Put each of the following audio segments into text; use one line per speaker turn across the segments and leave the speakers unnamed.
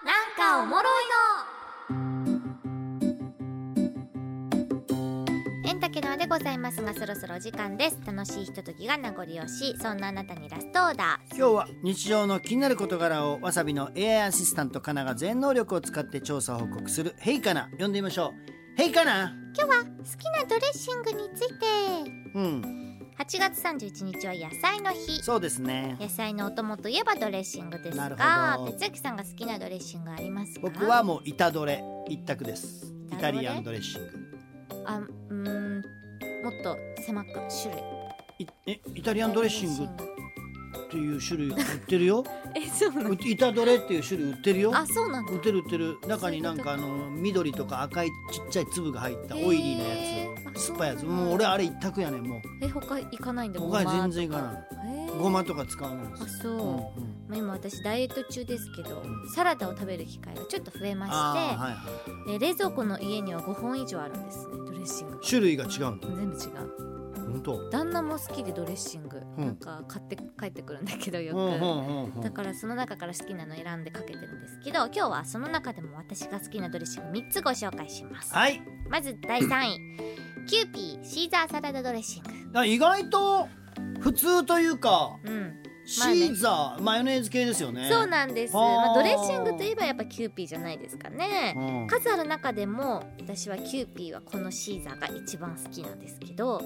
おもろいのエンタケノアでございますがそろそろお時間です楽しいひとときが名残惜しいそんなあなたにラストオーダー
今日は日常の気になる事柄をわさびの AI アシスタントかなが全能力を使って調査報告する「ヘイかな」呼んでみましょう「ヘイかな
今日は好きなドレッシングについて」
うん
8月31日は野菜の日
そうですね
野菜のお供といえばドレッシングです
なる
が
ほど
哲之さんが好きなドレッシングありますか
僕はもうイタドレ一択ですイ
イ
タ
タドレ
リアンドレッシング
あうーんもっと狭く種類
いえイタリアンドレッシングっていう種類売って るよ
えそうな
う
の
イタドレっていう種類売ってるよ
あそうなんだ
売ってる売ってる中になんかあの緑とか赤いちっちゃい粒が入ったオイリーなや
へーあ
つ酸っぱいやつ
そうなんだ
もう俺あれ一択やねんもう
え他行かないんだ
他は全然いかな
い
いごまとか使わないで
あ
す
そう、
うんうん
まあ今私ダイエット中ですけど
ん
サラダを食べる機会がちょっと増えま
あー
し
はいはい
て、え冷蔵庫の家には5本以上あるんですねドレッシング
種類が違うんだ
全部違う
本当
旦那も好きでドレッシング、
うん
なんか買って帰ってくるんだけどよ
う
く、
んうんうんう
だ
ん
からその中から好きなの選んでかけてるんですけど今日はその中でも私が好きなドレッシング3つご紹介します
はい
まず第3位キューピーシーザーサラダドレッシン
あ意外と普通というか
グうん
シーザーマヨネーズ系ですよね
そうなんです、
あー
まあ、ドレッシングといえばやっぱキューピーじゃないですかね
うん
数ある中でも私はキューピーはこのシーザーが一番好きなんですけど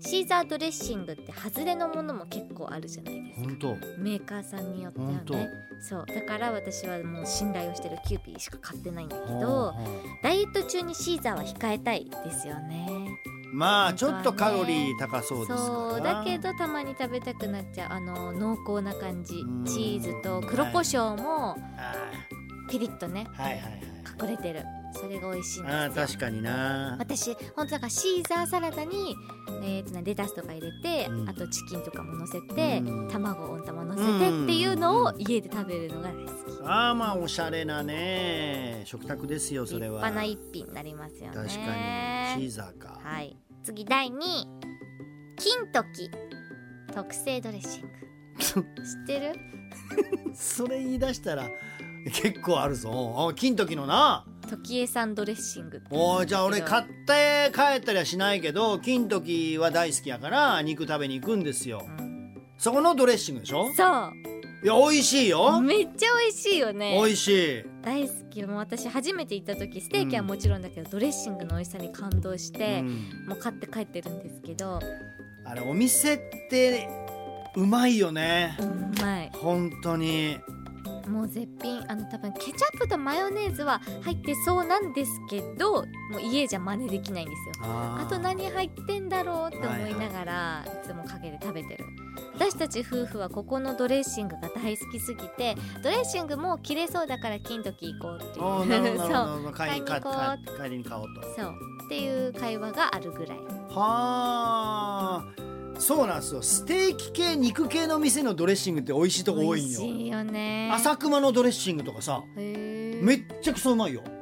シーザードレッシングって外れのものも結構あるじゃないですか
本当
メーカーさんによっては
ほんと
ねそうだから私はもう信頼をしてるキューピーしか買ってないんだけ
うん
どダイエット中にシーザーは控えたいですよね
うんまあちょっとカロリー高そうですから
そうだけどたまに食べたくなっちゃうあの濃厚な感じ
うん
チーズと黒胡椒も
あ
ピリッとね
ーはいはいはい
隠れてるそれが美味しいんですよ
あー確かにな
私本当だからシーザーサラダに、えーとね、レタスとか入れて、
うん
あとチキンとかも乗せて、
うん
卵温玉乗せてっていうのを家で食べるのが大好き、
ああまあおしゃれなね食卓ですよそ
立
れは
派な一品になりますよね
確かにシーザーか、
はい次第2位金時特製ドレッシン グ知ってる
それ言い出したら結構あるぞあ金時のな
時江さんドレッシングって
おーじゃあ俺買って帰ったりはしないけど金時は大好きやから肉食べに行くんですよ
うん
そこのドレッシングでしょ
そう
いや美味しいよ
めっちゃ美味しいよね
美味しい
大好きもう私初めて行った時ステーキはもちろんだけど、ドレッシングの美味しさに感動して、
うん
もう買って帰ってるんですけど
あれお店ってうまいよね
うまい
本当に
もう絶品あの多分ケチャップとマヨネーズは入ってそうなんですけどもう家じゃ真似できないんですよ
あー
あと何入ってんだろうって思いながらいつもかけて食べてる私たち夫婦はここのドレッシングが大好きすぎてドレッシングも切れそうだから金時行こうって
おーなる
い
ほ
う
ど
そう
なるほど買いに買
買いに行こ
買買いに買おうと
そうっていう会話があるぐらい
はあそうなんですよステーキ系肉系の店のドレッシングって美味しいとこ多
美
い
味
んよ
しいよね
浅熊のドレッシングとかさ
へー
めっちゃくそうまいよ、うん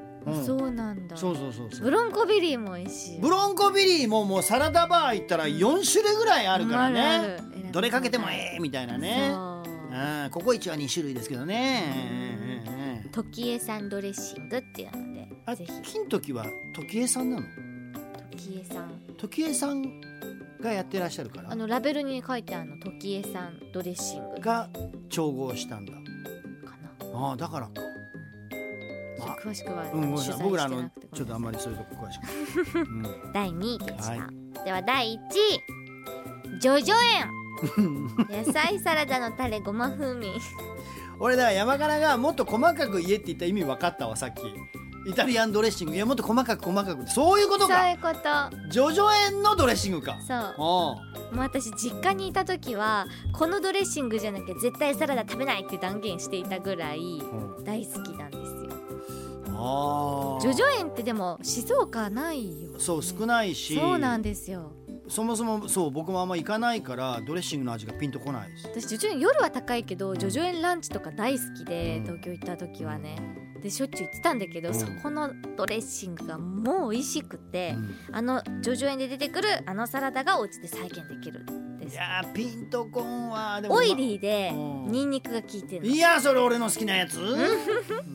そ
そう
うなんだ
そうそうそう
ブロンコビリーも美味しい
ブロンコビリーももうサラダバー行ったら4種類ぐらいあるから
あ
ね
るある
どれかけてもええみたいなね
そう
うんココイチは2種類ですけどねうんうんうん
時江さんドレッシングっていうので
あ
ぜひ
金時は時計さんなの
時江さん
時計さんがやってらっしゃるから
あのラベルに書いてあるの時江さんドレッシングか
が調合したんだ
な
ああだからか
ちょっと詳しくは
うん、ごめ
取
んなさ
材
い僕らあ
して
の
なくて
ちょっとあんまりそういうとこ詳しくない、
第2位でした、
は
では第1位ジョジョ
うん、
園野菜サラダのタレごま風味
俺だから山柄がもっと細かく言えって言った意味分かったわさっきイタリアンドレッシングいやもっと細かく細かくそういうこ
そ
と
うい
か
うこと
ジョジョ園のドレッシングか
そう
お
もう私実家にいた時はこのドレッシングじゃなきゃ絶対サラダ食べないって断言していたぐらい
うん
大好きなんですよ
ああ
ジョジョ園ってでも静岡ないよ
そう少ないし
そうなんですよ
そもそもそう僕もあんま行かないからドレッシングの味がピンとこないです
私ジョジョ園夜は高いけどジョジョ園ランチとか大好きで、
うん
東京行った時はねでしょっちゅう行ってたんだけど、
うん
そこのドレッシングがもう美味しく
う
て、
ん
あのジョジョ園で出てくるあのサラダがお家で再現できるんですです
やーピンとこんわで
オイリーで
うん
ニンニクが効いてるの
いやーそれ俺の好きなやつ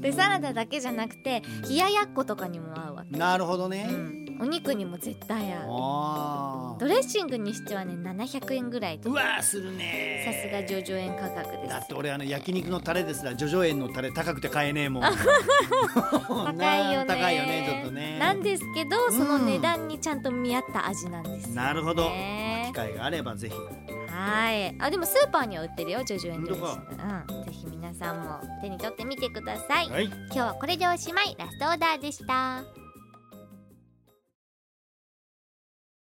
でサラダだけじゃなくて冷ややっことかにも合うわけ、
なるほどね、
うんお肉にも絶対合う
あー
ドレッシングにしてはね700円ぐらいと
う
か
わーするね
さすが上場円価格です
だって俺あの焼肉のタレですらジョジョ園のタレ高くて買えねえもん
高
高
いよね
高いよねちょっとね
なんですけど
ん
その値段にちゃんと見合った味なんですよね
なるほど機
は
会があればぜひ
いあでもスーパーには売ってるよジョジョエンドレッシ
本
ングうんぜひ皆さんも手に取ってみてください、
はい
今日はこれでおしまいラストオーダーでした